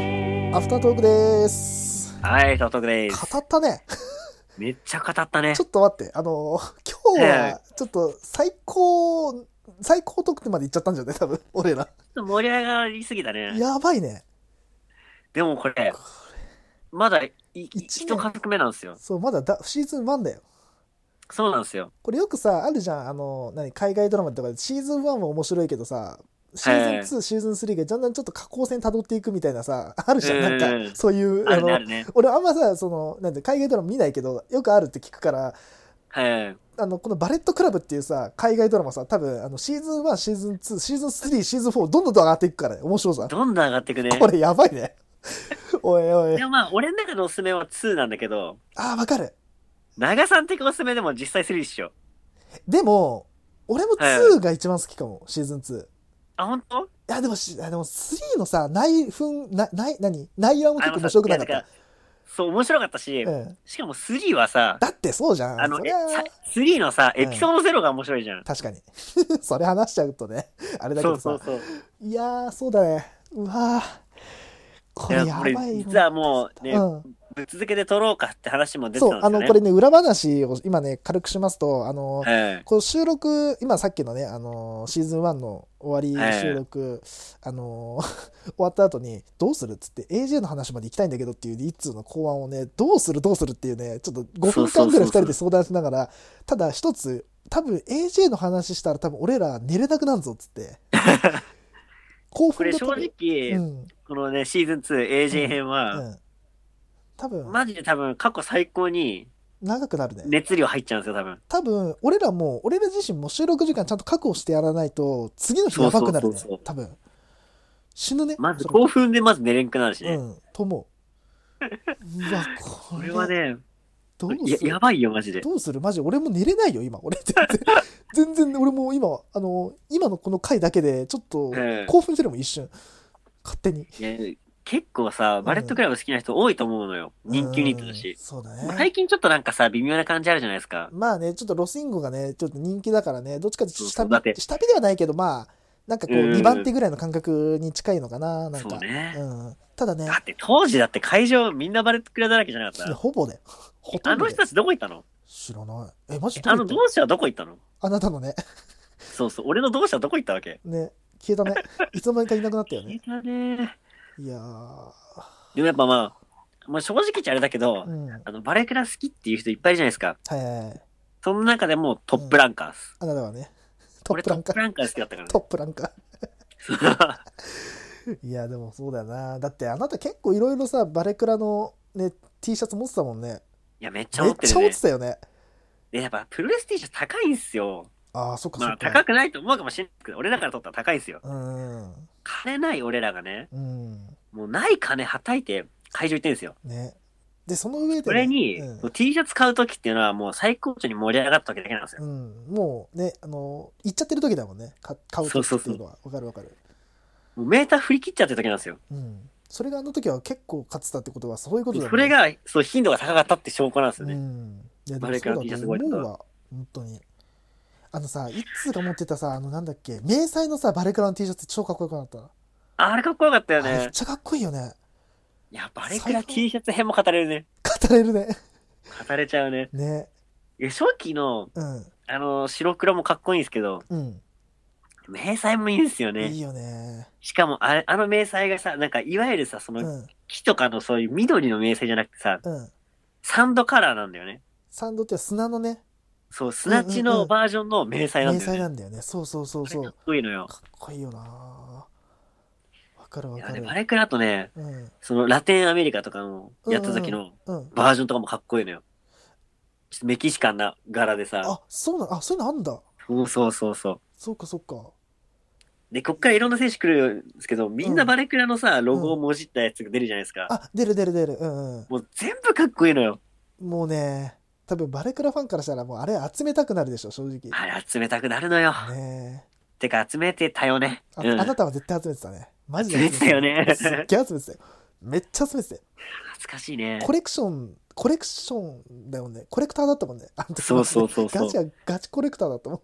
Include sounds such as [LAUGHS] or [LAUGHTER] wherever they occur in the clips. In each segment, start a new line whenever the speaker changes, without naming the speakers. フタートークです。
はい、早速です。
語ったね。
めっちゃ語ったね
ち。ょっと待って、あのー今日は、ちょっと最高、最高得点までいっちゃったんじゃない多分、俺ら。
盛り上がりすぎたね。
やばいね。
でもこれ、まだいい
一年
一家族目なんですよ。
そう、まだだシーズン1だよ。
そうなんですよ。
これよくさ、あるじゃん、あの、何、海外ドラマとかで、シーズン1は面白いけどさ、シーズン2、シーズン3がだんだんちょっと下降線辿っていくみたいなさ、あるじゃん、なんか、
うん
そういう、
あ
あ
るね、あ
の、
るね。
俺あんまさ、その、なんて、海外ドラマ見ないけど、よくあるって聞くから、
はい。
あの、このバレットクラブっていうさ、海外ドラマさ、多分、あの、シーズン1、シーズン2、シーズン3、シーズン4、どんどんどん上がっていくからね、面白さ。
どんどん上がっていくね。
これやばいね。 [LAUGHS] おいおい
で。もまあ、俺の中のおすすめは2なんだけど、
ああ、わかる。
長さん的おすすめでも実際3っしょ。
でも、俺も2が一番好きかも、シーズン2。い
あ、本当
や、でもし、あでも3のさ、内紛、な、内、何内容も結構面白くなかっ
いや
た
だ。らそう、面白かったし、
うん。
しかも3はさ、
だってそうじゃん。
あの、
そ
え
りゃあ
さ3のさ、
うん
エピソード0が面白いじゃん。
確かに。 [LAUGHS] それ話しちゃうとね、あれだけ
そ
ど
うそう
さ。
そう。
いやー、そうだね。うわー。これ
い
や
や
ば
これ
いね。
実はもうね
うん。
ぶっ続けで撮ろうかって話も出てたん
そ
で
う、
す
あ
よね。
の、これね、裏話を今ね、軽くしますと、あの、
はい。
こう収録、今さっきのね、あの、シーズン1の終わり収録、あの、 [LAUGHS] 終わった後に、どうするっつって、AJ の話まで行きたいんだけどっていう、一通の考案をね、どうするどうするっていうね、ちょっと5分間ぐらい2人で相談しながら、ただ一つ、多分 AJ の話したら多分俺ら寝れなくなるぞっつっ
[LAUGHS]
て。興
こ
奮
れ
が
正
多分
直、
うん、
このね、シーズン 2AJ 編
う
は、
ん。多分、
マジで多分過去最高に
長くなるね。
熱量入っちゃうんですよ、多分。
多分俺らも俺ら自身も収録時間ちゃんと確保してやらないと次の日やばくなるね
そうそうそうそう
多分死ぬね
まず
それ
興奮でまず寝れんくなるしね。
うんと
[LAUGHS]
思ううわこ
こ
れ
れはね、
どう
や
する
やばいよ、マジで。
どうするマジ俺も寝れないよ今俺全
[LAUGHS]
然全然俺も今あの今のこの回だけでちょっと
ええ
興奮してるもん一瞬勝手に
いや結構さ、バレットクラブ好きな人多いと思うのよ。人気ユニット
う
だ
ん
し。
そうだ
まあ
ね
最近ちょっとなんかさ、微妙な感じあるじゃないですか。
まあねちょっとロスインゴがねちょっと人気だからねどっちかっていうと
そう
下
そう
火
だって
下火ではないけどまあなんかこう
うん
2番手ぐらいの感覚に近いのかななん
そ
か
うね。
うんただね
だ、って当時だって会場みんなバレットクラブだらけじゃなか
いや
っ
ほぼね、ほ
た。
と
あ
んど
の
ね
人たちどこ行ったの
知らない。え、マジど
あ
う
の
いった
同志はどこ行ったの
あなたのね、
そうそう、俺の同志はどこ行ったわけ
ね、消え
[LAUGHS]
たね。いつの間にかいなくなったよ
消え
ね。
たね
いやー、
でもやっぱまあ、まあ正直言っちゃあれだけど、
うん。はい
あの、バレクラ好きっていう人いっぱいいるじゃないですか。
はいはい。
その中でもトップランカーっす。
あなたはね、トッ
俺
プ
ト
ラン
ッ
カ
プ
ー。
ランカー好きだったから、
トップランカ
ね。
ー。いや、でもそうだよな。だってあなた結構いろいろさ、バレクラのね、T シャツ持ってたもんね。
[LAUGHS] いや、めっちゃ
め
持
っ
って
ちゃ
る
持
ね
って。たよね。
で、やっぱプロレス T シャツ高いんすよ。
ああ、そっかそ
ま
っ
あ、
か。
高くないと思うかもしれないけど、俺らから取ったら高いんすよ。
うん。
金ない俺らがね、
うん。
もうない金はたいて会場行ってんすよ。
ね。で、その上で、ね。
それに、
うん
もう T シャツ買う時っていうのはもう最高潮に盛り上がったわけだけなんですよ。
うん、もうね、あの、行っちゃってる時だもんね。か買う時っていうのは。わかるわかる。
もうメーター振り切っちゃってる時なんですよ。
うん、それがあの時は結構勝ってたってことはそういうことだね。
それが、そう、頻度が高かったって証拠なんですよ
う
ね。
ん。いや、で
バ
も
レー
そ
から
う
T シ
だ
ャツ
と
超えてた
思うわ。本当に。あのさ、いつが持ってたさ、あのなんだっけ、迷彩のさ、バレクラの T シャツ超かっこよくなった。
あれかっこよかったよ
あれめっ
ね。
ちゃかっこいいよね。
いや、バレクラ T シャツ編も語れるね。
語れるね。
語れちゃうね。
ね。
いや、初期の、
うん。
あの、白黒もかっこいいんですけど、
うん。
迷彩もいいんですよ
いい
ね。
よね。
しかもあれ、あの迷彩がさ、なんか、いわゆるさ、そうの、
ん。
木とかのそういう緑の迷彩じゃなくてさ、
うん。
サンドカラーなんだよね。
サンドって砂のね、
そう、砂地
うんうんう
の
ん
バージョンの迷彩なん
迷
だよ
彩
ね。
なんだよね。そうそうそうそ
あれ
う。
かっこいいのよ。
かっこいいよな。わかるわ
いや
か
ね
る
バ。レクラとね、
うん。
そのラテンアメリカとかのやった時の
うん。
バージョンとかもかっこいいのよ。ちょっとメキシカンな柄でさ。
あ、そうなのあ、そういうのあんだ。
そうそうそうそう。
そうかそうか。
で、こっからいろんな選手来るんですけど、みんなバレクラのさ、ロゴをもじったやつが出るじゃないですか。
あ、出る出る出る。うんうん。
もう全部かっこいいのよ。
もうね、多分バレクラファンからしたらもうあれ集めたくなるでしょ、正直。
あれ集めたくなるのよ。
ねえ。
てか集めてたよね。
あ,、
うん。
あな
懐
たは絶対集めてたね。マジで
集めてたよね
すっげえ集めてたよ。めっちゃ集めてたよ。
かしいね。
コレクション、コレクションだよね。コレクターだったもんね。あの時
そうそうそうそう
ガチはガチコレクターだったもん。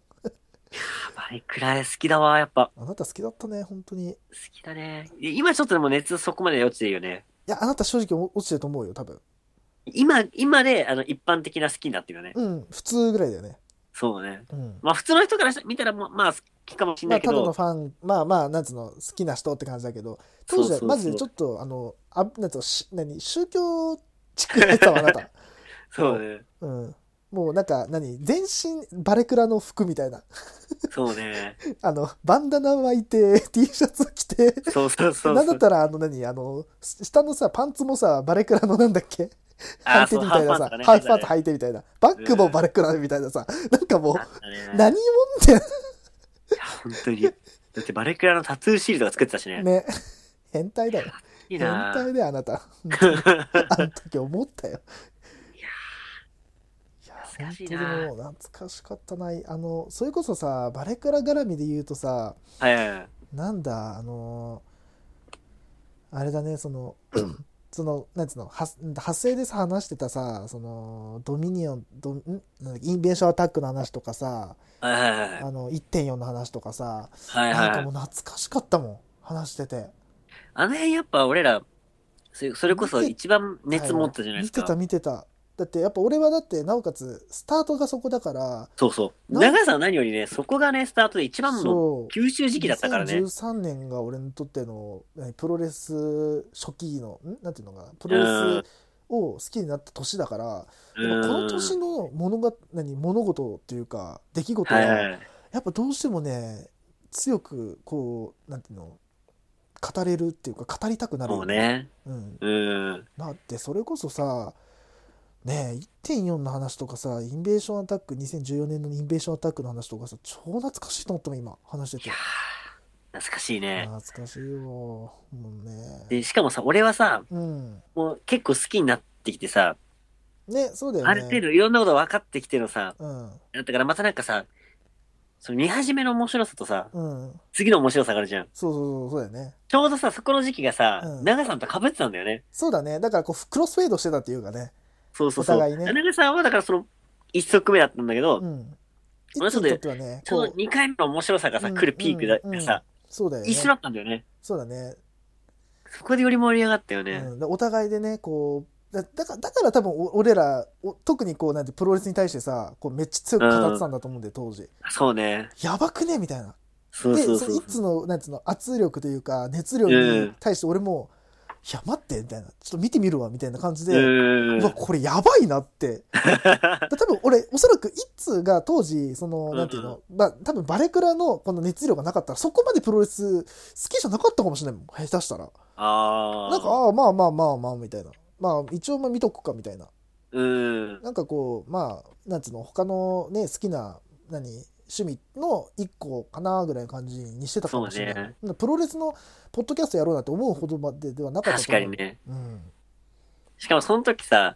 バレクラ好きだわ、やっぱ。
あなた好きだったね、本当に。
好きだね。い今ちょっとでも熱そこまで落ちてるよね。
や、あなた正直落ちてると思うよ、多分。
今、今で、あの、一般的な好きになってるよね。
うん、普通ぐらいだよね。
そうね。
うん。
まあ、普通の人からした見たら、まあまあ、好きかもしれ
ま
な
あ、
いけ
ただの
ど、
ファン、まあまあ、なんつうの、好きな人って感じだけど、当時
そうそう
は
そう
マジでちょっと、あの、あなんつうの、し何、宗教チックやったわ、あ
[LAUGHS]
なた。
そうね。
うん。もうなんか何、全身バレクラの服みたいな。 [LAUGHS]
そうね。
あの、バンダナ巻いて、T シャツ着て、
そうそうそうそう。
なんだったら、あの何、あの、下のさ、パンツもさ、バレクラのなんだっけ履
あ
い
ー
て
そう
みたいな
ハーフパン
さ
とか、ね
ハーフパンツ履いてみたいな、バッグもバレクラみたいなさ、なんかも
あった
う、
ね
何もんだよ
いや、本当に。だってバレクラのタトゥーシールドが作ってたしね。
ね。 [LAUGHS] 変態だよ。
いい
変
なぁ
態だよ、あな
[LAUGHS]
た。あの時思ったよ。いや
懐かしい
本
な
当にもう懐かしかったな。あの、それこそさ、バレクラ絡みで言うとさ、
はいはいはい。
なんだ、あのーあれだね、そ
[CLEARS THROAT]
の、その、なんつうの、は派生でさ、話してたさ、その、ドミニオン、ドんなんだっけインベーションアタックの話とかさ、
はいはいはいはい
あの、1.4の話とかさ、
はい
なん
は
か
い
も
は
う
い。
懐かしかったもん、話してて。
あの辺やっぱ俺ら、それそれこそ一番熱持ったじゃないです
は
か。
見てた、見てた。だって、やっぱ俺はだって、なおかつ、スタートがそこだから、
そうそう。
なん
長谷さんは何よりね、そこがね、スタートで一番の
そう。
吸収時期だったからね。
2013年が俺にとっての何プロレス初期のんなんていうのかなプロレスを好きになった年だから、
う
やっぱこの
ん
年の物が何物事っていうか出来事は
はいは
や
い。
っぱどうしてもね強くこうなんていうの語れるっていうか語りたくなる
も
よ
うね。
うん、
うん。
だってそれこそさねえ1.4の話とかさインベーションアタック2014年のインベーションアタックの話とかさ超懐かしいと思ったもん今話して
い
て
や。ー懐かしいね。
懐かしいよもうね
で、しかもさ、俺はさ、
うん
もう結構好きになってきてさ、
ねそうだよね
ある程度いろんなこと分かってきてのさ、
うん
だからまたなんかさ、その見始めの面白さとさ、
うん
次の面白さがあるじゃん。
そうそうそうそうだよね
ちょうどさ、そこの時期がさ、
うん
長さんと被ってたんだよね。
そうだねだからこうクロスフェードしてたっていうかね
そうそうそう。
お互いね
長さんはだからその、一足目だったんだけど、
うん一
まあ
気
そう
に
だ
とっ
よ
てはね
ちょうど2回目の面白さがさ、
うん
来るピークだ
うんうん
がさ、
そうだよね
一緒だったんだよね。
そうだね
そこでより盛り上がったよね。
うん、でお互いでねこうだだからだから多分お俺らお特にこうなんてプロレスに対してさこうめっちゃ強く語ってたんだと思うんで、当時
そうね。
やばくねみたいな
そう
で
そう
そ
そ。
のいうつのなんつうの圧力というか熱量に対して俺も「いや待って」みたいな「ちょっと見てみるわ」みたいな感じ
う
で、
ーん
うわこれやばいなってで多分俺おそらく一通が当時その
うん
なんていうの、まあ、多分バレクラのこの熱量がなかったらそこまでプロレス好きじゃなかったかもしれないもん下手したら
[LAUGHS] ああ。
なんかああまあまあまあまあみたいなまあ一応まあ見とくかみたいな
うん。
なんかこうまあなんつうの他のね好きな何趣味の一個かなぐらいの感じにしてたかもしれない、プロレスのポッドキャストやろうなんて思うほどまでではなかった
確
と思
か
う
にね。
うん、
しかもその時さ、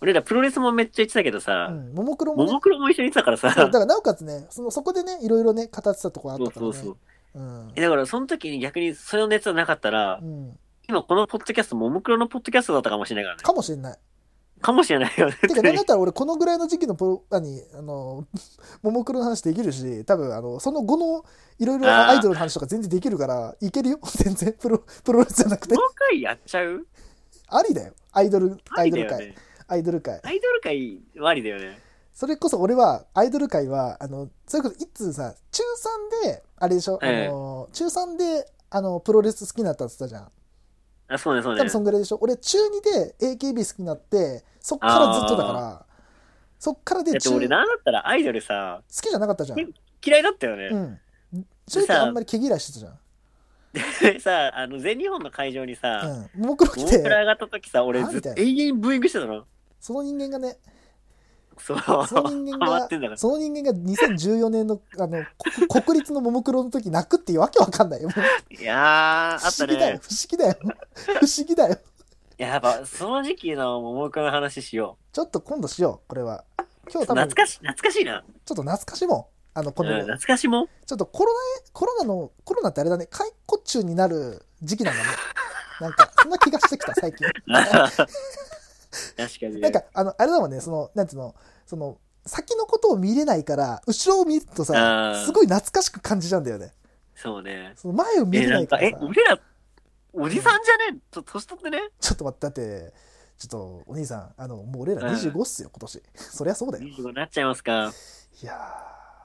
俺らプロレスもめっちゃ言ってたけど
う
さ、
ん、ももクロも
も
ね
もクロも一緒に言ってたから
そうだ
さ、
からなおかつねそのそこでねいろいろね語ってたとこあっ
そ
た
う
から
そ
ね
うそう。
うん
えだからその時に逆にその熱がなかったら
う、ん、
今このポッドキャスト、ももクロのポッドキャストだったかもしれないからね。
かもしれない。
かもしれないよね。 [LAUGHS]
てか、なんだったら俺、このぐらいの時期のプロ、何、あの、ももクロの話できるし、多分、あの、その後の、いろいろ
あー
アイドルの話とか全然できるから、いけるよ。 [LAUGHS] 全然、プロ、プロレスじゃなくて
こ。の回やっちゃう
ありだよ。アイドル、ア
あ
イ
り
ド
だ
ル界。
よね。
アイドル界。
アイドル界はありだよね。
それこそ俺は、アイドル界は、あの、それこそ、いつさ、中3で、あれでしょ、あ
ええ
の、中3で、あの、プロレス好きになったって言ったじゃん。
あ、そうね、そ
多
うね
分。そんぐらいでしょ俺中2で AKB 好きになってそっからずっとだからそっからで
だって
中
俺
好
なんだったらアイドルさ、
きじゃなかったじゃん
嫌いだったよ
う
ね。
ん正直あんまり毛嫌いしてたじゃ
[LAUGHS] さ、あの、全日本の会場にさ、
んうんももクロ
も
来
もクロ
て
上がった時さ、俺
あ
ず
み
った
い
と
な
永遠にブーイングしてたの。
その人間が
[LAUGHS]
ね
そう。
その人間
ハマ
が
ってんだから。
その人間が2014年のあのこ国立のももクロの時泣くっていうわけわかんないよもう
いやー、あ
不
った
思議だよ
ね。
不思議だよ不思議だよ
やっぱ、その時期のももクロの話しよ
ちょっと今度しようこれは今
う。
日多分
懐
ちょっ
かし、懐かしいな。うん
と懐かしいもんあのこの、
懐かしもん。
ちょっとコロナ、コロナの、コロナってあれだね、解雇中になる時期なんだね。なんか、そんな気がしてきた、最近。
確かにね。
なんか、あの、あれだもんね、その、なんつうの、その、先のことを見れないから、後ろを見ると
あ
さ、
ー
すごい懐かしく感じちゃうんだよね。
そうね。
その前を見
え、
れな
なん
い
か
か、ら
え
さ、、
俺ら、おじさんじゃねえちょ年取ってね
ちょっと待って、だって、ちょっとお兄さん、あの、もう俺ら25っすよ、今年。 [LAUGHS] そりゃそうだよ。い
25になっちゃいますか。
やー、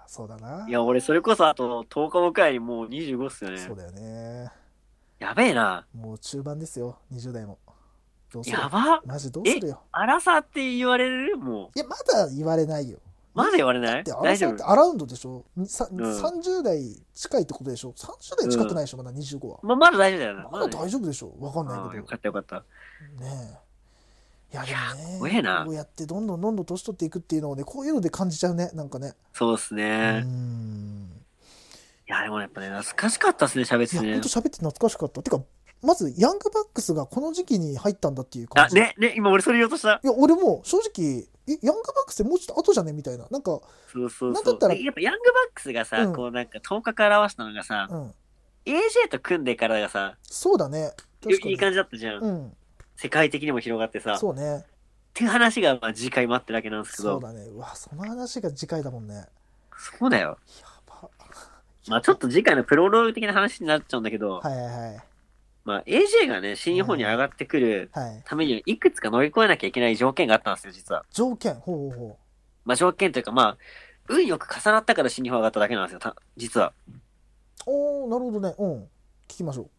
そうだな。
いや、俺、それこそあと10日後くらいにもう25っすよね。
そうだよね。
やべえな。
もう中盤ですよ、20代も。どうする
やば
マジどうするよ。
アラサーって言われるも
いや、まだ言われないよ。
う。まだ言われない
で、アラ
大
サ
丈
ーって
夫。
アラウンドでしょ、にさ
ん
30代近いってことでしょ ?30 代近くないでしょ、まだ25は。
まあ、まだ大丈夫だよな。
まだ
大丈
大丈夫でしょわかんない
夫。
け
よ
ど。
かったよかった。
ねえ。いや、
い
で
や
もね、
怖えな
こうやってどんどんどんどん年取っていくっていうのをね、こういうので感じちゃうね、なんかね。
そうっす
うー
ね。
ん。
いや、でもやっぱね、懐かしかったっすね、喋っ
い
て
や、
て
ほ
ね
んと。喋って懐かしかった。てか、まず、ヤングバックスがこの時期に入ったんだっていう感
あ、
じ。
ね、ね、今俺それ言おうとした。
いや、俺も正直、えヤングバックスってもうちょっと後じゃねみたいな。なんか、
そうそう
なんだ
そう。
ったら
でやっぱヤングバックスがさ、
うん
こうなんか10日から表したのがさ、
うん。
AJ と組んでからがさ、
そうだね。
よ
確かに。
いい感じだったじゃん。
うん。
世界的にも広がってさ。っ
そうね。
ていう話が、まあ、次回待ってるわけなんですけ
そ
ど
う。だね。うわ、その話が次回だもんね。や
そうだよ。
ば。
まあちょっと次回のプロローグ的な話になっちゃうんだけど、
はいはいはい。
まあ AJ がね、新日本に上がってくる
はい。
ためにいくつか乗り越えなきゃいけない条件があったんですよ、実は。
条件。ほうほうほ
まあ条件というか、まあ、運よく重なったから新日本上がっただけなんですよ、た実は。
う。おー、なるほどね。うん。聞きましょ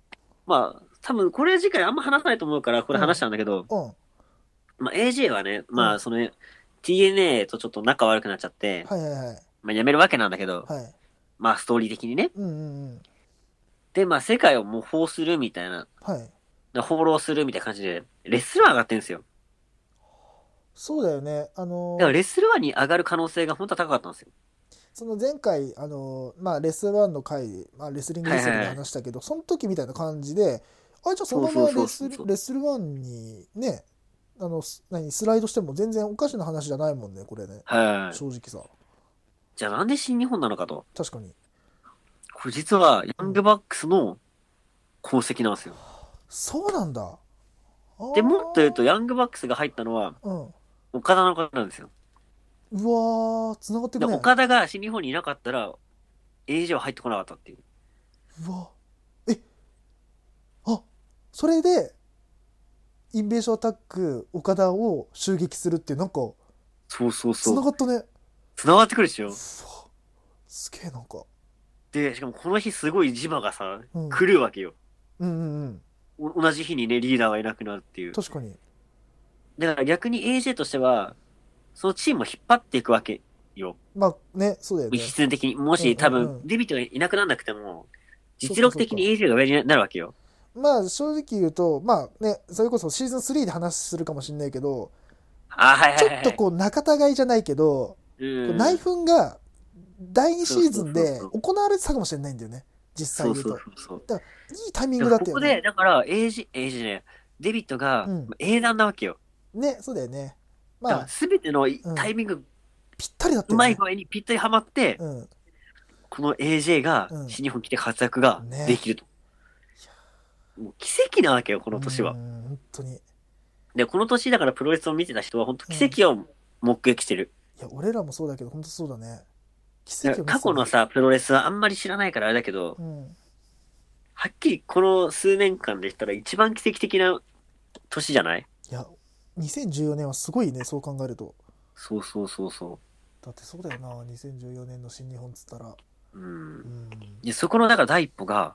まあ、多分これ次回あんま話さないと思うから、これ話したんだけど、
う。うん。は
まあ AJ はね、ま
うん
あその、TNA とちょっと仲悪くなっちゃって
い、はいはい。
まあ辞めるわけなんだけど、
はい。
まあストーリー的にね。
うんうんうん。
で、まあ世界を模倣するみたいな、
はい。
放浪するみたいな感じで、レスラー上がってるんですよ。
そうだよね。あのー
だからレスラーに上がる可能性が本当は高かったんですよ。
その前回、あのーまあ、レスワンの回で、まあ、レスリングレスリングで話したけど、その時みたいな感じで、あ、じゃあそのままレス
そうそうそうそう
レスワンにね、あの、す何、スライドしても全然おかしな話じゃないもんね、これね。
はい。
正直さ。
じゃあなんで新日本なのかと。
確かに。
これ実はヤングバックスの功績なんですよ。
そうなんだ。あー
で、もっと言うとヤングバックスが入ったのは
うん。
岡田の方なんですよ。
うわー、繋がって
で、
くね。
岡田が新日本にいなかったら、AJ は入ってこなかったっていう。
うわ。えあ、それで、インベーションアタック、岡田を襲撃するっていう、なんか、
そうそう
繋
そう。
がったね。
繋がってくるでしょ。
うわすげえなんか、
で、しかもこの日すごいジマがさ、
うん、
来るわけよ。
うんうんうん
お同じ日にね、リーダーがいなくなるっていう。
確かに
だから逆に AJ としては、そのチームを引っ張っていくわけよ。
まあねそうだよね
必然的に。も
うんうんう
し
ん
多分、デビットがいなくならなくても、実力的に
そ
AJ が上になるわけよ。
まあ正直言うとまあねそれこそシーズン3で話するかもしれないけど
あ、はいは
ちょ
いはいは
っ
い。
とこう仲違いじゃないけど、こ
う
うん内紛が第2シーズン
そうそう
で
そう
行われてたかもしれないんだよね実
そ
際
う
言う
そ
と
うそう
いいタイミン
そう。
グだ
だ
った
からこ
よ
こ
ね
で、だから、AJ、AJ ね、デビットが
うん
英断なわけよ。
ねそうだよね
だか
ま
ら
あ
全ての
ん
タイミング、
ぴったりだった
う
よ
まい
ね
具合にぴったりはまって、
うん
この AJ が
うん
新日本来て活躍が
ね
できると。もう奇跡なわけよ、この年
う
は
ん。本当にい
で、この年だからプロレスを見てた人は本当奇跡を目撃してる。
や俺らもそうだけど本当そうだね奇
だか
跡を
ら
見
過
せたね
去のさ、プロレスはあんまり知らないからあれだけど、
うん
はっきりこの数年間でしたら一番奇跡的な年じゃない
いや2014年はすごいねそう考えると
そうそうそうそ
だってそうだよな2014年の新日本っつったら
う。う。
うんん
で、そこのだから第一歩が、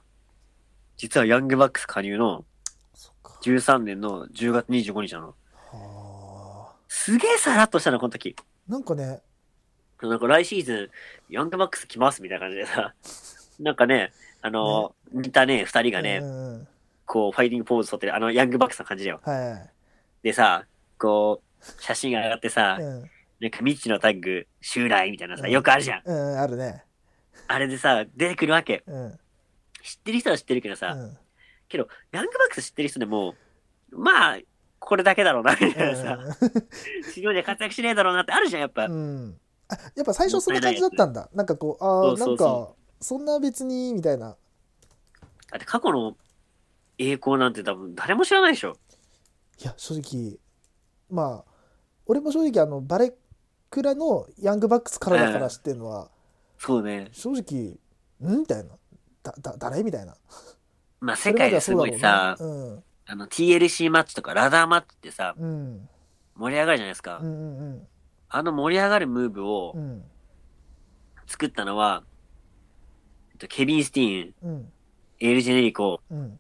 実はヤングバックス加入の
そっか
13年の10月25日なの。
はあ
すげえさらっとしたの、この時。
なんかね
なんか来シーズン、ヤングバックス来ますみたいな感じでさ、なんかね、あの、似たね、二人が
う
ね、
んうん
こう、ファイティングポーズ取ってる、あの、ヤングバックスの感じだよ。
はいはい
でさ、こう、写真が上がってさ
う、ん
なんか未知のタッグ、襲来みたいなさ、
うん
よくあるじゃん。
うんあるね
あれでさ、出てくるわけ。
うんうん
知ってる人は知ってるけどさ、
う
ヤングバックス知ってる人でも、まあ、これだけだろうな、みたいなさ、
ん
市場で活躍しねえだろうなってあるじゃん、やっぱ。
うんあやっぱ最初そんな感じだったんだなんかこうああな
そうんそうそう
かそんな別にみたいな
だって過去の栄光なんて多分誰も知らないでしょ。
いや正直まあ俺も正直あのバレクラのヤングバックスからだから知ってるのは
そうね。
正直んみたいなだだ誰みたいな
まあ、
それ
世
ま
界
では
です
そう
ご
だろ
いうさ
な、うん
あの、TLC マッチとかラダーマッチってさ、
うん
盛り上がるじゃないですか
う。んうん
あの盛り上がるムーブを
うんうん
作ったのは、えっとケビン・スティーン、
うん
エール・ジェネリコ、
うん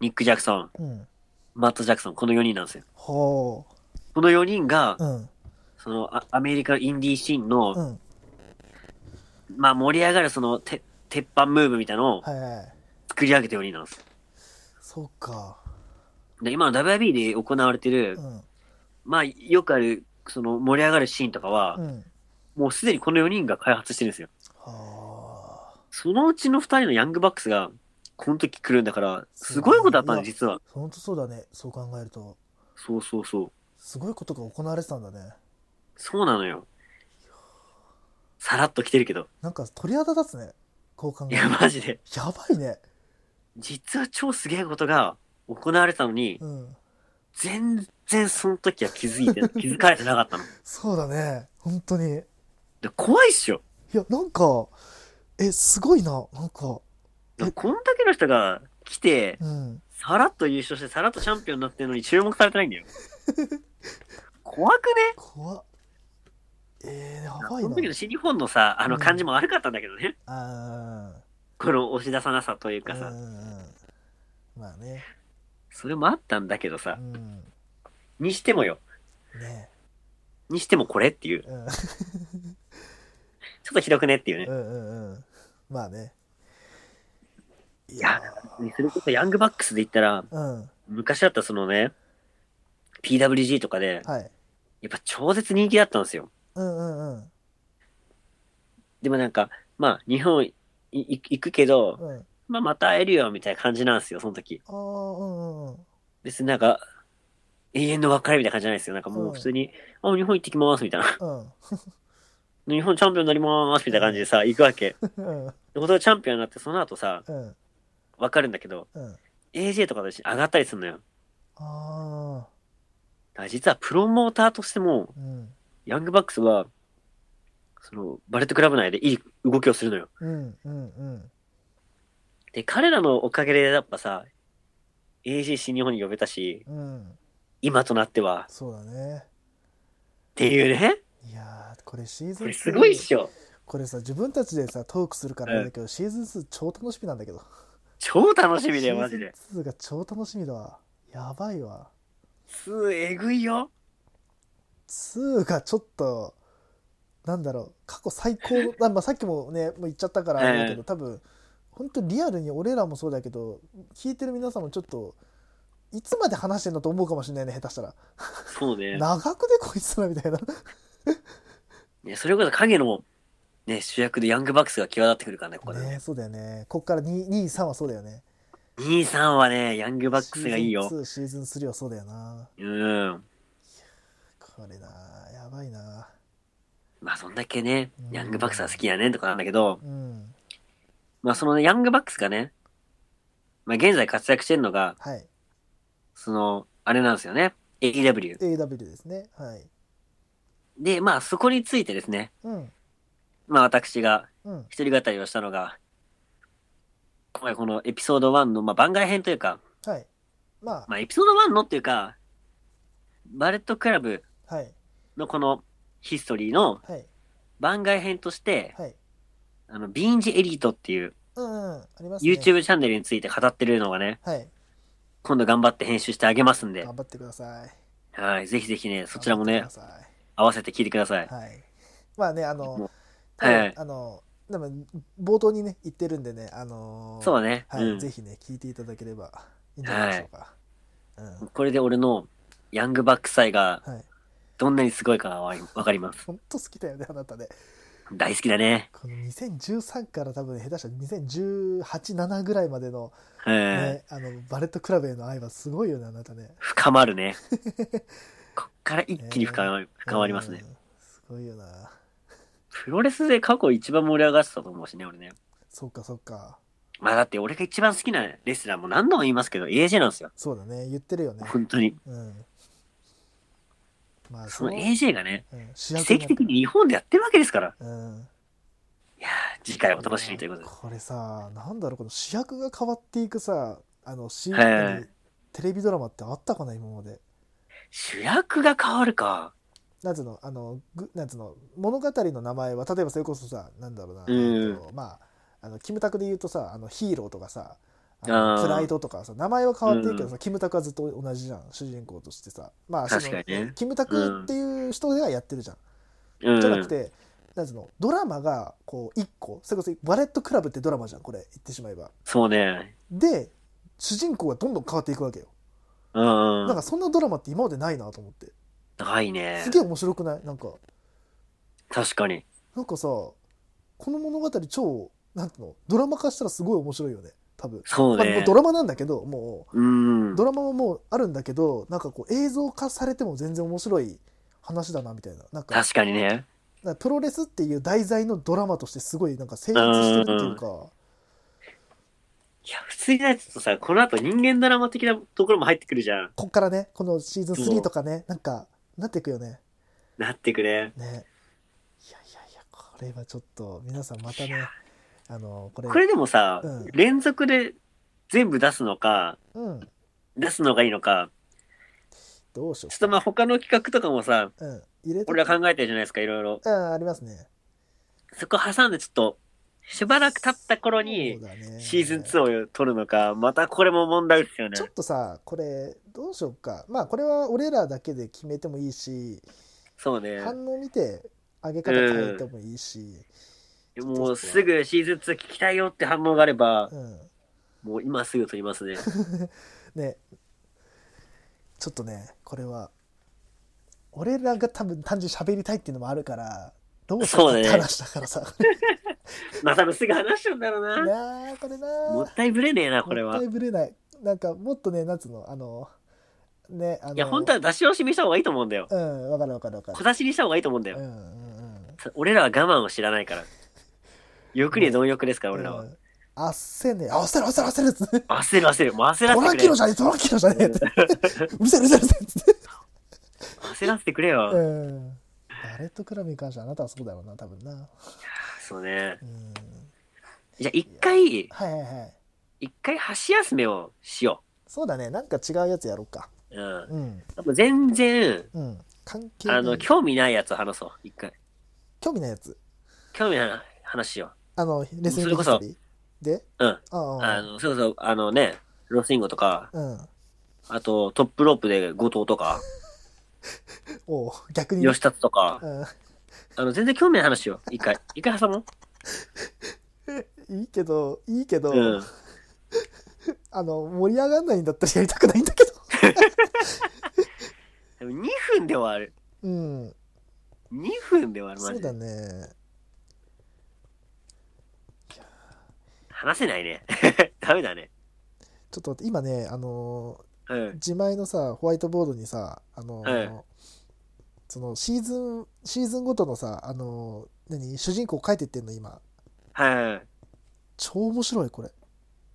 ニック・ジャクソン、
うん
マット・ジャクソン、この4人なんですよ。
ほ
この4人が
う、うん
そのアアメリカインディーシーンの、
うん
まあ盛り上がるそのて鉄板ムーブみたいなのを
はいはい
作り上げた4人なんです。
そうか
で今の WIB で行われてる
う、ん
まあよくある、その盛り上がるシーンとかは
う、ん
もうすでにこの4人が開発してるんですよ。
はあ
そのうちの2人のヤングバックスが、この時来るんだから、すごいことだったんです、実は。
ほんとそうだねそう考えると
そうそうそう。
すごいことが行われてたんだね
そうなのよ。さらっと来てるけど。
なんか鳥肌立つねこう考
い
える
や、マジで。
とやばいね
実は超すげえことが行われたのに、
うん
全然その時は気づ
[LAUGHS]
いて、気づかれてなかったの。
そうだね本当に
で怖いっしょ。
いや、なんか、え、すごいな、なんか、
でこんだけの人が来て、
うん。
さらっと優勝して、さらっとチャンピオンになってるのに注目されてないんだよ。
[LAUGHS]
怖くね
怖っ。えー、やばいな
この。時の新日本のさ、あの感じも悪かったんだけどね。
あ
この押し出さなさという
ー
かさ、
うんうんうん。まあね。
それもあったんだけど
う
さ、
ん。
にしてもよ。
ね。
にしてもこれっていう。ちょ
うん。
っとひどくねっていうね
う。んうんうん。まあね。い
やそれこそヤングバックスで言ったら、
うん。
昔だったそのね、PWG とかで、
はい。
やっぱ超絶人気だったんですよ。
うんうんうん。
でもなんか、まあ、日本いい行くけど、
うん。
まあ、また会えるよ、みたいな感じなんですよ、その時。
ああ、うんうんうん。
別になんか、永遠の別れみたいな感じじゃないですよ。なんかもう普通に、あ、日本行ってきます、みたいな。
うん。
日本チャンピオンになります、みたいな感じでさ、行くわけ。
うん。
で、ことがチャンピオンになって、その後さ、
うん。
わかるんだけど、
うん。
AJ とかと一緒に上がったりするのよ。だ
ああ、
から実はプロモーターとしても、
うん。
ヤングバックスは、その、バレットクラブ内でいい動きをするのよ。
うんうんうん。
で、彼らのおかげでやっぱさ、AJ 新日本に呼べたし、
うん。
今となっては、っ
そうだね。
ていうね。
いやー、これシーズ
こ
ン
れ
2
すごいっしょ。
これさ自分たちでさトークするからあれだけど、シーズン2超楽しみなんだけど
超楽しみだよ、マジで。
シーズン2が超楽しみだわやばいわ
2えぐいよ。
2がちょっとなんだろう過去最高のあ、まあ、さっきもねもう言っちゃったからあれだけど、多分本当リアルに俺らもそうだけど聞いてる皆さんもちょっといつまで話してんのと思うかもしれないね下手したら
そうね。
長くでこいつらみたいな
ねそれこそ影の、ね、主役でヤングバックスが際立ってくるからね、ここでね。
ねそうだよねこっから223はそうだよね
2、3はね、ヤングバックスがいいよ。
シーズン2シーズン3はそうだよな
うん。
これなやばいな
まあ、そんだけね
う、ん
ヤングバックスは好きやねんとかなんだけど、
うん
まあ、そのね、ヤングバックスがね、まあ、現在活躍してるのが、
はい
その、あれなんですよね。AEW。
AW ですね。はい。
で、まあ、そこについてですね、
うん。
まあ、私が
うん。
一人語りをしたのが、今回このエピソード1の、まあ、番外編というか、
はい。ま
まあ、エピソード1のっていうか、バレットクラブ
あ、はい。
のこのヒストリーの
はい。
番外編として、
はい。
あの、ビーンジエリートっていう
うん、うん。ありますね。
YouTube チャンネルについて語ってるのがね、
はい。
今度頑張って編集してあげますんで
頑、張ってください。
はい、ぜひぜひね、そちらもね
頑張っ、てください
合わせて聞いてください。
はい。まあね、あの
も、
多分
はい
あの、でも冒頭にね、言ってるんでね、あのー
そうね、
はい、
うん
ぜひね、聞いていただければいいんじゃないでしょうか。うん。
これで俺のヤングバックス愛が
はい。
どんなにすごいかがわりわかります。
ほんと好きだよね、あなたね。
大好きだね。
この2013から多分、下手したら2018、7ぐらいまでの、
うん。
ね、あの、バレットクラブへの愛はすごいよね、あなたね。
深まるね。
[LAUGHS]
こっから一気に深まり深まります
う。
ね
ん。すごいよな。
プロレスで過去一番盛り上がってたと思うしね、俺ね。
そっかそっか。
まあだって俺が一番好きなレスラーも何度も言いますけど、AJ なんですよ。
そうだね。言ってるよね。
本当に。
うん。まあ、
その
う
AJ がね、
うん、主役
奇
にな
跡
って
的に日本でやってるわけですから。
うん。
いやー次回お楽しみということで。
これさなんだろうこの主役が変わっていくさあのシー
はい
何テレビドラマってあったかな今まで
主役が変わるか。
なんつうのあのぐなんつうの物語の名前は例えばそれこそさなんだろうな、
うん
えっとまああのキムタクで言うとさあのヒーローとかさあの
あー
プライドとかさ名前は変わっていくけどさ、キムタクはずっと同じじゃん主人公としてさまあその
確かにね
キムタクっていう人ではやってるじゃん、
うん。
じゃなくてなんつうのドラマがこう一個それこそバレットクラブってドラマじゃんこれ言ってしまえば
そうね。
で主人公がどんどん変わっていくわけよ
うん。
なんかそんなドラマって今までないなと思って
ないね
す。げえ面白くないなんか
確かに。
なんかさこの物語超なんていうのドラマ化したらすごい面白いよね多分、
そう
まあ、も
ね
う。ドラマなんだけども
うん
う。ドラマももうあるんだけどなんかこう映像化されても全然面白い話だなみたいななんか
確かにね。
なんかプロレスっていう題材のドラマとしてすごいなんか成立してるっていうか
いや、普通になやつとさ、この後人間ドラマ的なところも入ってくるじゃん。
こっからねこのシーズン3とかねなんかなっていくよね
なってくれ。
ねいやいやいやこれはちょっと皆さんまたねあのこれ
これでもさ、
うん
連続で全部出すのか、
うん
出すのがいいのか、
どうしよ
ちょっ
う
とまあ他の企画とかもさ、
かうん入れて
俺は考えてるじゃないですか、いろいろ。
うんありますね
そこ挟んでちょっと、しばらく経った頃
そ
に、
うだね
シーズン2を取るのか、またこれも問題ですよね
ちょ。っとさこれどうしようかまあこれは俺らだけで決めてもいいし
そうね。
反応見て上げ方変えてもいいし、
もうすぐシーズン2聞きたいよって反応があれば、
うん、
もう今すぐ取ります
[LAUGHS]
ね。
ねちょっとねこれは俺らが多分単純に喋りたいっていうのもあるからどうしようかって
そうね
話だ
[LAUGHS]
からさ、
まあ多分すぐ話しちゃうんだろうな。
なあこれな
もったいぶれねえな、これ
もっ
は
たい。ぶれないなんかもっとね夏のあのねあの
いや、本当は出し惜しみした方がいいと思うんだよ。
うんわかるわかるわか
小
る
出しにした方がいいと思うんだ
うん
よ。
うんうん
俺らは我慢を知らないから。欲に貪欲ですから、俺ら
う
は。
んあっせねえあ焦る焦る焦るっつって
焦る焦る。もう焦ら
トラ
せ
ン
て
キロ
く
じゃねえトランキロじゃねえって
れ。
[LAUGHS] うるせえうるせえうるせえっつって
焦らせてくれよ。
うんバレットクラブに関してはあなたはそうだろうな多分な
そうね。
うん
じゃあ一回、
はいはいはい
一回箸休めをしよ
そうだねなんか違うやつやろうか
う。うん。
うん
多分全然、
うん関係ない
あの、興味ないやつを話そう。一回。
興味ないやつ
興味ない話しよ
あのレスリング
それこ
ヒ
そ
ストリーで
う。うん。
あああ
あの、そうそう、あのね、ロスインゴとか、
うん
あとトップロープで後藤とか、
おう逆にね
吉達とか、
う
あの、全然興味ない話しよう。一回。一回挟もう。
んい [LAUGHS] いけどいいけど、
うん。
あの盛り上がんないんだったらやりたくないんだけど
でも2分で終わる。
うん
2分で終わる、マ
そう
ジで
だ。ね
話せないね。 [LAUGHS] ダメだね。
ちょっと待って今ねあのー
うん。
自前のさホワイトボードにさあの、
はい
そのシーズンシーズンごとのさあの何主人公書いてってんの今
は
超面白いこれ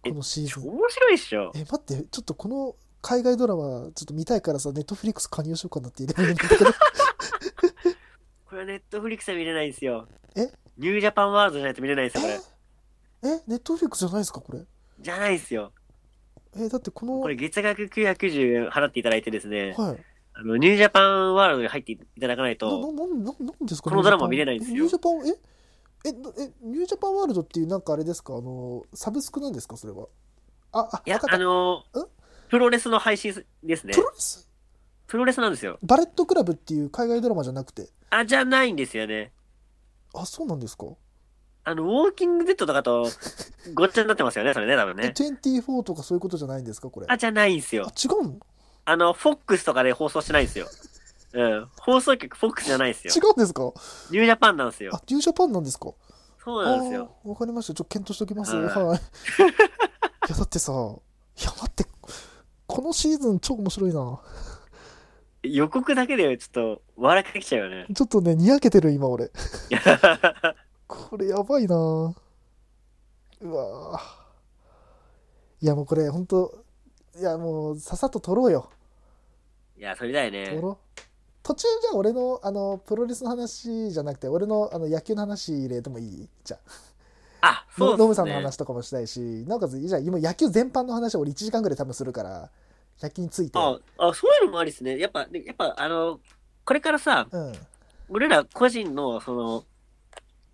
え
このシ
い。
ーズン
面白いっしょ
え。待ってちょっとこの海外ドラマちょっと見たいからさネットフリックス加入しようかなって入れるんだけど
[LAUGHS] これはネットフリックスは見れないんですよ。
え
ニュージャパンワールドじゃないと見れないんですよ、こ
え
れ。
えネットフリックスじゃないですかこれ
じゃないですよ。
えだってこの
これ月額990円払っていただいてですね、
はい
あの、ニュージャパンワールドに入っていただかない
なな
と、
なんななんですか
このドラマ見れないんですよ
ニュージャパンええなえニュージャパンワールドっていうなんかあれですかあのサブスクなんですかそれはああ
いや
わ、か
あ
った
の
うん、
プロレスの配信ですね
プ。ロレス
プロレスなんですよ。
バレットクラブっていう海外ドラマじゃなくて
あ、じゃないんですよね。
あそうなんですか、
あの、ウォーキングデッドと
[LAUGHS]
かと、ごっちゃになってますよね、それね、多分
え
ね。
24とかそういうことじゃないんですかこれ
あ、じゃないんですよ
あ。違うん
あの、フォックスとかで放送してないんですよ。うん。放送局フォックスじゃないんですよ
違。うんですか
ニュージャパンなんですよ。
あニュージャパンなんですか
そう
あ
なんですよ。
ーわかりましたちょっと検討しておきます
はい
はい [LAUGHS] いやだってさいや待ってこのシーズン超面白いな
予告だけでちょっと笑けてきちゃうよね。
ちょっとねにやけてる今俺これやばいなぁうわぁいやもうこれほんといやもうさっさと撮ろうよ
[LAUGHS] いや、それだ
撮
よね。
ろう途中じゃあ俺のあのプロレスの話じゃなくて俺のあの野球の話入れてもいいじゃあ
あ、そうっすね。
ノムさんの話とかもしたいし、なおかつ、じゃあ今野球全般の話を俺1時間ぐらい多分するから、野球について。
ああ、そういうのもありですね。やっぱ、ねやっぱ、あの、これからさ、
うん。
俺ら個人の、その、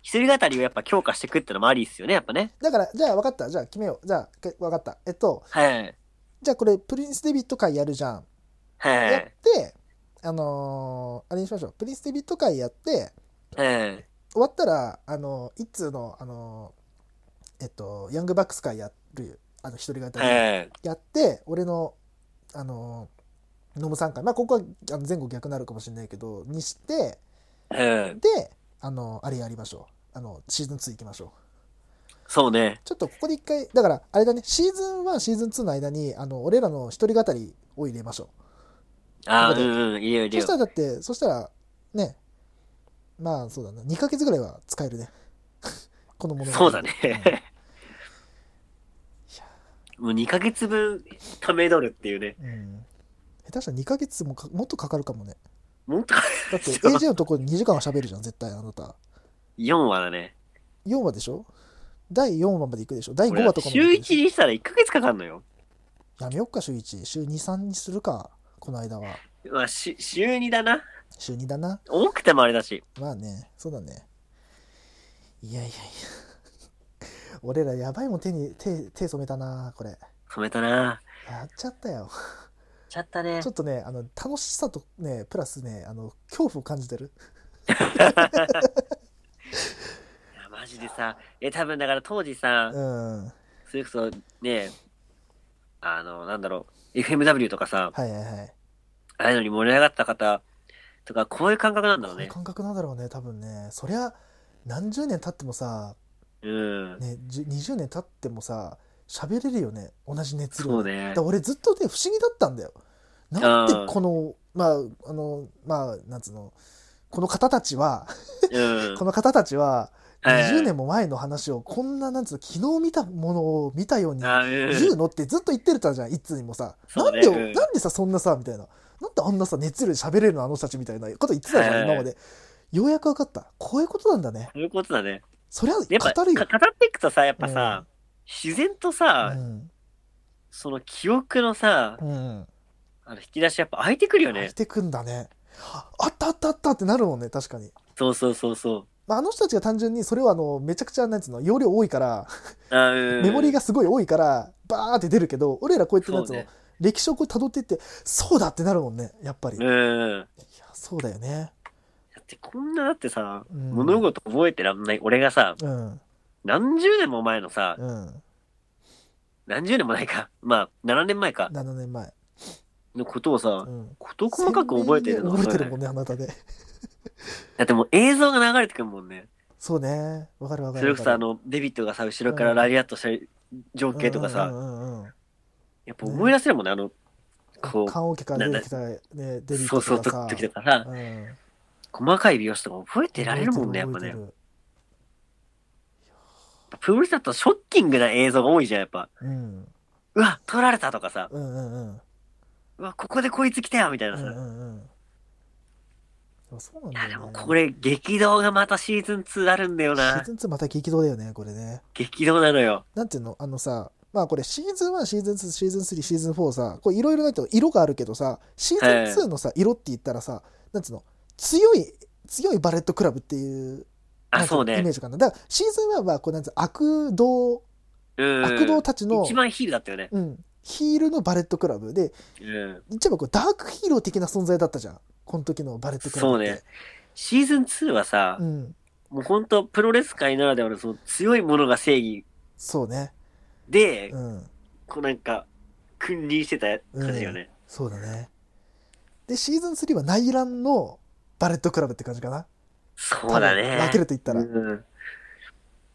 一人語りをやっぱ強化していくってのもありですよね、やっぱね。
だから、じゃあ分かった。じゃあ決めよう。じゃあけ分かった。えっと、
はい。
じゃあこれプリンス・デビット会やるじゃん。
は
やっ
い。
て、あのーあれにしましょう。プリンス・デビット会やって、
はい。
終わったら、あのー、一通の、あのーえっと、ヤングバックス会やる、あの、一人語り
はい。
やって、俺の、あのー、ノムさん会、まあ、ここはあの前後逆になるかもしれないけど、にして、
はい。
で、あの、あれやりましょう。あの、シーズン2行きましょう。
そうね。
ちょっとここで一回、だから、あれだね、シーズン1、シーズン2の間に、あの、俺らの一人語りを入れましょこ
ああ、
こで。
うんうん、いいよいうい
そ
よ
した。らだって、そしたら、ね、まあそうだな、2ヶ月ぐらいは使えるね。 [LAUGHS] このもの
そうだ
うん
ね。 [LAUGHS] もう2ヶ月分、ためどるっていうね。
うん。下手したら2ヶ月もかもっとかかるかもね。
もっと、
だって、
[LAUGHS] そう
AJ のところに2時間は喋るじゃん、絶対、あなた。
4話だね。
4話でしょ第4話まで行くでしょ第5
俺
話とかまで
週
行くでしょ
1にしたら1ヶ月かかんのよ。
やめよっか、週1。週2、3にするか、この間は。
まあ、し週2だな。
週2だな。
多くてもあれだし。
まあね、そうだね。いやいやい [LAUGHS] や。俺らやばいもん手に、手、手染めたな、これ。
止めたな。
やっちゃったよ。
ちゃったね
ちょ。っとね、あの、楽しさとね、プラスね、あの、恐怖を感じてる。
いやマジでさ、え、多分だから当時さ、
うん。は
それこそね、あの、なんだろう、FMW とかさ、
いはいはい。
ああいうのに盛り上がった方とか、こういう感覚なんだろ
こ
う
ういう
ね。
感覚なんだろうね、多分ね。そりゃ、何十年経ってもさ、
うん。
ね、じゅ20年経ってもさ、喋れるよね、同じ熱量で
そうね
だか。ら俺ずっとね不思議だったんだよなんでこのまああのまあなんつうのこの方たちは
うん。
この方たちは
はい
20年も前の話をこんななんつうの昨日見たものを見たように
あうん
言うのってずっと言ってたじゃんいつにもさ
そ
な
うんね
で
うん
なんでさそんなさみたいななんであんなさ熱量で喋れるのあの人たちみたいなこと言ってたじゃ
は
ん
い
今までようやく分かったこういうことなんだね
そういうことだね。
そりゃ
やっぱ、
語
か
るよ
語っていくとさ、やっぱさ、自然とさ、
うん
その記憶のさ、
うん
あの引き出しやっぱ開いてくるよ
開い
ね。
てくんだねあったあったあったってなるもんね確かに
そうそうそうそ
まあ、あの人たちが単純にそれはあのめちゃくちゃなんつうの容量多いから、
う。あうん。
メモリーがすごい多いからバーって出るけど俺らこうやってなんつうの
そうね
歴史をこう辿っていってそうだってなるもんねやっぱり、
う
いや
ん。
そうだよね
だってこんなだってさ、
うん
物事覚えてらんない俺がさ、
うん
何十年も前のさ、
うん
何十年もないか、まあ、7年前か、
7年前、
のことをさ
う、ん、
こと細かく覚えてるの
鮮明に覚えてるもん
ね。
ねあなたで
だってもう映像が流れてくるもんね。
そうねわかるわか
そ
る
れ
わ
こ
か
そあ
る
の、デビットがさ、後ろからラリアットした情景とか
う
さ、
んうんうんうん
やっぱ思い出せるもんね、あの、こう、
棺桶から出てきた、ね、デビッ
そ
ト
うそう、
とか
と
さ
時とかさ、
うん
細かい描写とか覚えてられるもんね、やっぱ
覚え
ね
て。る
プロレスだとショッキングな映像が多いじゃん、やっぱ。
覚えてるうん
うわ、取られたとかさ、
うんうんうん
うわ、ここでこいつ来たよ、みたいな
う
さ。
んうんうん。でもそうなん
い
だよ、
や、
ね。
でもこれ、激動がまたシーズン2あるんだよ
シー
な。
ズン2また激動だよね、これね。
激動なのよ。
なんていうのあのさ、まあこれシーズン1、シーズン2、シーズン3、シーズン4さ、こういろいろなんていうの色があるけどさ、シーズン2のさ、色って言ったらさ、なんていうの強い、強いバレットクラブっていう、なん
あ、
てい
そう
イメー
ね。
ジかな。だからシーズン1は、こうなんていうの悪道、
うん。
悪道たちの、
一番ヒールだったよね。
うん、ヒールのバレットクラブで、
うん。
一番こうダークヒーロー的な存在だったじゃん。この時のバレットクラブって。
そうね。シーズン2はさ
う、ん。
もう本当プロレス界ならではのその強いものが正義
そうね。
で、
うん。
こうなんか、君臨してた感じよね。
そうだね。で、シーズン3は内覧のバレットクラブって感じかな。
そうだ
多
ね
分。分けると言ったら。
うん。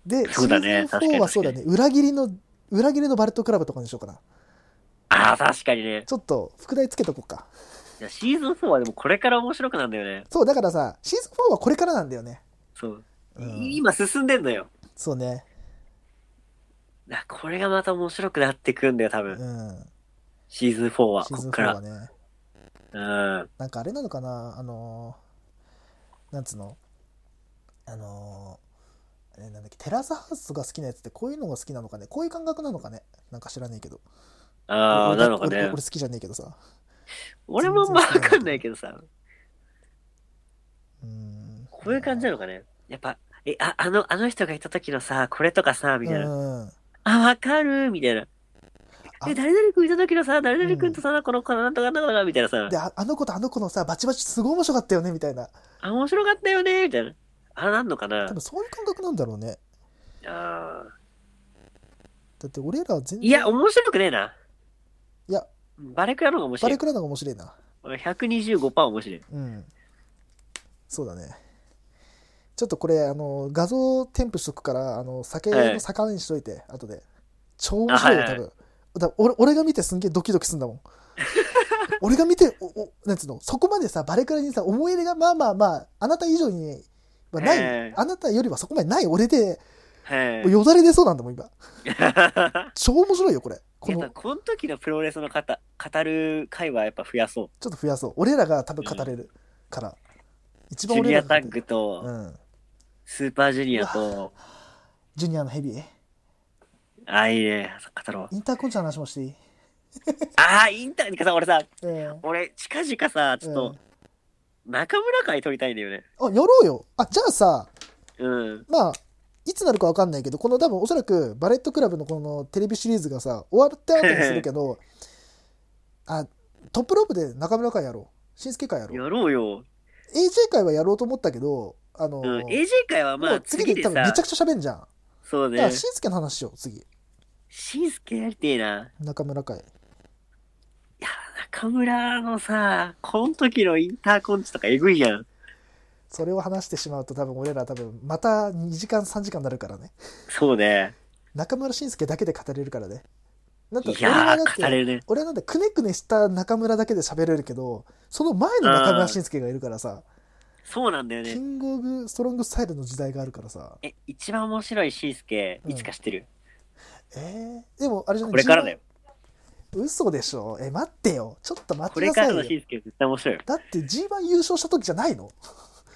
で、
そうだね
シー
確
ズン4
かに
はそうだね。裏切りの、裏切りのバレットクラブとかにしようかな。
ああ、確かにね。
ちょっと、副題つけとこうか。
いやシーズン4はでもこれから面白くなんだよね。
そう、だからさ、シーズン4はこれからなんだよね。
そう。
うん
今進んでんのよ。
そうね。
なこれがまた面白くなってくんだよ、多
う
分。
ん。
シーズン4は、
シ
こ
ーズ
っ
ン
か
4
ら
は。ね。
うん。
なんかあれなのかな、あのーなんつうの、あのえーなんだっけテラスハウスが好きなやつってこういうのが好きなのかねこういう感覚なのかねなんか知らねえけど
ああ、
俺だ
なのか
俺
ね
俺。好きじゃねえけどさ
俺もまあわかんないけどさ、
うーん
こういう感じなのかね。やっぱ、え、あ、あの、あの人がいた時のさ、これとかさ、みたいな。
うん
あ、わかるみたいな。
あ
え、誰々君いた時のさ、誰々君とさ、この子なんとかなんとかなみたいなさ
で、ああの子とあの子のさバチバチすごい面白かったよねみたいな
あ、面白かったよねみたいな。あ、なんのかな
多分そういう感覚なんだろうね
あー
だって俺らは全然
いや、面白くねえな。
いや、
バレクラの方が面
バ
白
レ
い。
クラの方が面白いな
俺125%面白い。
うんそうだねちょっとこれあの画像添付しとくからあの酒
は
の
い
魚にしといて、後で超面白いよ
あは
多
い
分、だ俺俺が見てすんげえドキドキすん
[LAUGHS]
だもん俺が見ておおなんつうのそこまでさバレクラにさ思い入れがまあまあまああなた以上にはない、
ええ
あなたよりはそこまでない俺で
はい
もう。よだれ出そうなんだもん今
[LAUGHS] や
超面白いよこれこ
っ
の
ぱこの時のプロレスの方語る会はやっぱ増やそう。
ちょっと増やそう俺らが多分語れるから、一
ジ
番
ュ
俺
ニ
ら
ア
が
タ
語
ッ
れ
グ
る
と、
うん
スーパージュニアと、
ジュニアのヘビー
ああ、いいね、語ろう。
インターコンチの話もしていい、
ああ、インターにかさ、俺さ、
うん
俺、近々さ、ちょっと、中村会撮りたいんだよね。
あやろうよあじゃあさ
うん。
まあいつなるかわかんないけどこの多分おそらくバレットクラブのこのテレビシリーズがさ終わった後にするけ
[LAUGHS]
どあトップロープで中村会やろう新助会やろう
やろうよ。
AJ 会はやろうと思ったけどあの、
うん。AJ 会はま
も
あ、
う次
次
で
で
多分め
さ
ちゃ、くちゃ喋んじゃん、
そう
だから
ね。
新助の話しよう次
しんすけやりてえな。
中村会
いや、中村のさ、この時のインターコンチとかえぐいやん。
それを話してしまうと多分俺ら多分また2時間3時間になるからね
そうね。
中村慎介だけで語れるからねなんか
い
俺
や
はだっ
ー、語
て
れるね。
俺はなんてくねくねした中村だけで喋れるけどその前の中村慎介がいるからさ
そうなんだよ
キ
ね。
ングオブストロングスタイルの時代があるからさ
え、一番面白いしんすけ、
うん
いつか知ってる、
えー、でもあれじゃない
これからだよ。
G1 嘘でしょえ待ってよちょっと待
こ
ち
れ
な
か
さ
ら
い
の
よ
しんすけ絶対面白いよ。
だって G1 優勝した時じゃないの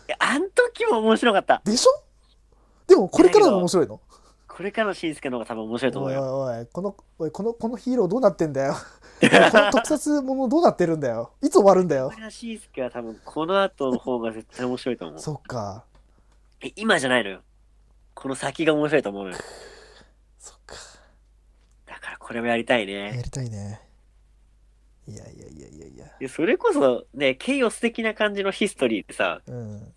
いやあん時も面白かった。
でしょでもこれからが面白いの
これからのしんすけの方が多分面白いと思
お
う
い
よ。
おいおいこのおいこのこのヒーローどうなってんだ [LAUGHS] よこの特撮ものどうなってるんだよいつ終わるんだよ
これらしんすけは多分この後の方が絶対面白いと思う。
そっか
え、今じゃないのよ。この先が面白いと思うのよ。
そっか
だからこれもやりたい
や
ね。
りたいねいやいやいやいやいや
でそれこそね、ケイオス的な感じのヒストリーってさ、
うん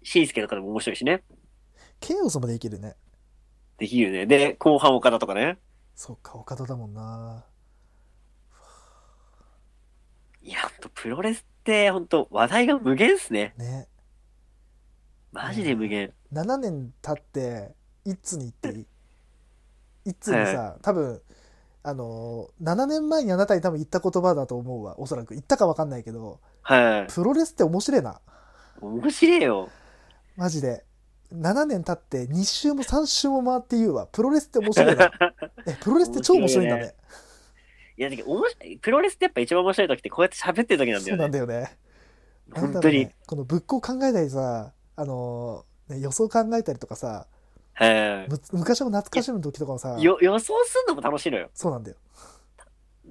しんすけとかでも面白いしね。
ケイオスまでいけるね
できるね。で、後半岡田とかね。
そっか岡田だもんない
や、ほんとプロレスってほんと話題が無限っすね。
ね
マジで無限。
7年経って一通に行っていい一通にさ、多分あのー7年前にあなたに多分言った言葉だと思うわおそらく言ったか分かんないけど
はい。
プロレスって面白いな
面白いよ。
マジで7年経って2週も3週も回って言うわプロレスって面白い
[LAUGHS]
なえプロレスって超面白いんだね
いや、だけど面白い、プロレスってやっぱ一番面白い時ってこうやって喋ってる時なんだ
そう
よ
なん
ね。
だよねなんだ
本
ろ
当
うね
に。
このぶっこ考えたりさあのーね予想考えたりとかさ
は
む昔の懐かしむ時とかもさ
い。よ、予想するのも楽しいのよ。
そうなんだよ、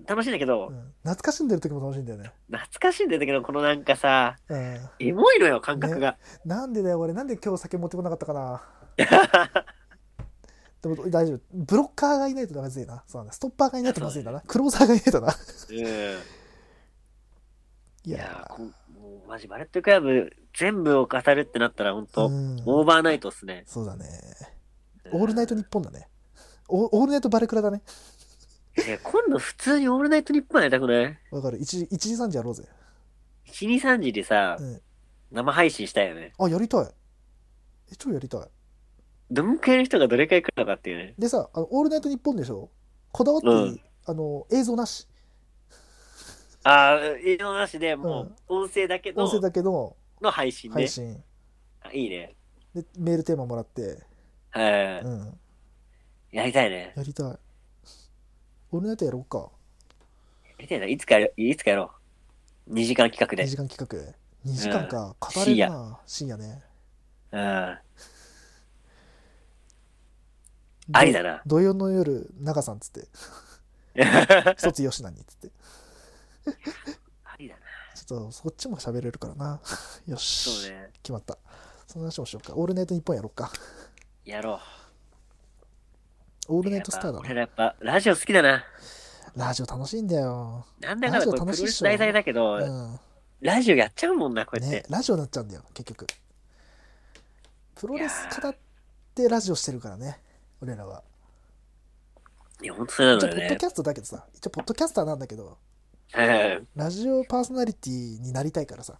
楽しいんだけど
う、ん、懐かしんでる時も楽しいんだよね、
懐かしんでる時のこのなんかさ、
うん、
エモいのよ、感覚が。
なんでだよ俺なんで今日酒持ってこなかったか
[LAUGHS]
なでも大丈夫ブロッカーがいないとまずいなそうなんだストッパーがいないとまずいんだなクローザーがいないとな
うん。
い
い
や
やーこもうマジ、バレットクラブ全部を語るってなったらほん
ー
と、
うん
オーバーナイトっすね。
そうだねオールナイトニッポンだねオオールナイトバレクラだね
え、今度普通にオールナイトニッポンやりたくない
わかる1時 ,1 時3時やろうぜ
?1、2、3時でさ、
うん
生配信したいよね。
あやりたいえ超やりたい
どんくらいの人がどれくらい来るのかっていうね。
でさあのオールナイトニッポンでしょこだわっていい、
うん
あの映像なし
ああ、映像なしで、もう、音声だけの、
音声だけの
の配信
配
ね。
信、
あいいね。
でメールテーマもらって、
はい、
うん、
やりたいね。
やりたいオールナイトやろうか
やりたいな。いつかやる、いつかやろう。2時間企画
2
で。
時間企画2時間か、
うん
語れるな深夜ね
うん。あり
[LAUGHS]
だな。
土曜の夜、中さんっつって、一つ吉なにっつって。
ありだな。
ちょっと、そっちも喋れるからな。よし。
そうね。
決まった。その話もしようか。オールナイト日本やろうか。
やろう。
オ
オ
ールナイトスターだ
俺
な。
らやっぱ、ラジオ好きだな。
ラジオ楽しいんだよ。
なんだかんだこれプロ
ラジオ楽
レ
しいっし
ス
ょ
題材だけど、
うん。
ラジオやっちゃうもんな、こうやって。
ね、ラジオになっちゃうんだよ、結局。プロレス語ってラジオしてるからね、俺らは。
いや、ほんとそうな
一
の
応、
よ
ポッド
ね
キ。ャストだけどさ、一応、ポッドキャスターなんだけど、
うん
ラジオパーソナリティになりたいからさ。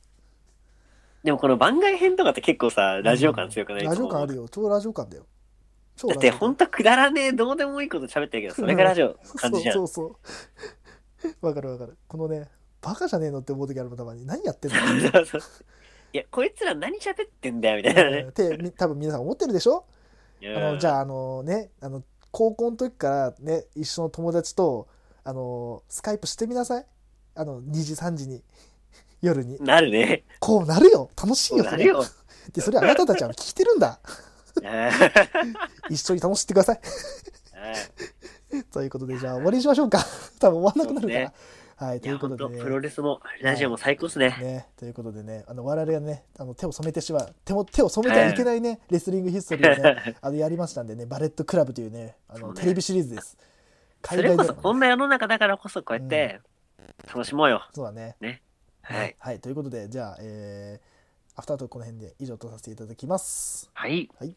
でもこの番外編とかって結構さ、ラジオ感強くない
ラジオ感ある
よ。
よ、超ラジオ感だよ。超
だってほんとくだらねえ、どうでもいいこと喋ってるけど、それがラジオの感じじゃ
そ
ん。
うそうそう。 [LAUGHS] わかるわかる。このね、バカじゃねえのって思う時あるもん、たまに。何や
[LAUGHS]
ってんの
そうそういや、こいつら何喋ってんだよ、みたいなね
っ。て、み多分皆さん思ってるでしょあのじ
あ、
ゃああのねあの高校の時からね一緒の友達とあのスカイプしてみなさいあの2時3時に [LAUGHS] 夜に
なるね。
こうなるよ楽しい
そう
よ
な
そ
る
れ
よ。
でそれあなたたちは聞いてるんだ [LAUGHS]
うん
一緒に楽しんでください [LAUGHS] ということでじゃあ終わりにしましょうか [LAUGHS] 多分終わんなくなるから、はい
い
とい
や、
うこ
ほ
と
んと、
で
プロ
ね
レスも、ラジオも最高っすね。
ねということでねあの我々がねあの手を染めてしまう手も手を染めてはいけないね、レスリングヒストリーをね [LAUGHS] あのやりましたんでねバレットクラブというねあ
そ
の
うね
テレビシリーズです
[LAUGHS] それこ
ド
そ、
ラマ
こんな世の中だからこそ、こうやって、楽しもうよ。
そうだね
はい。
はい、ということで、じゃあ、えー、アフタートークこの辺で以上とさせていただきます。
はい。
はい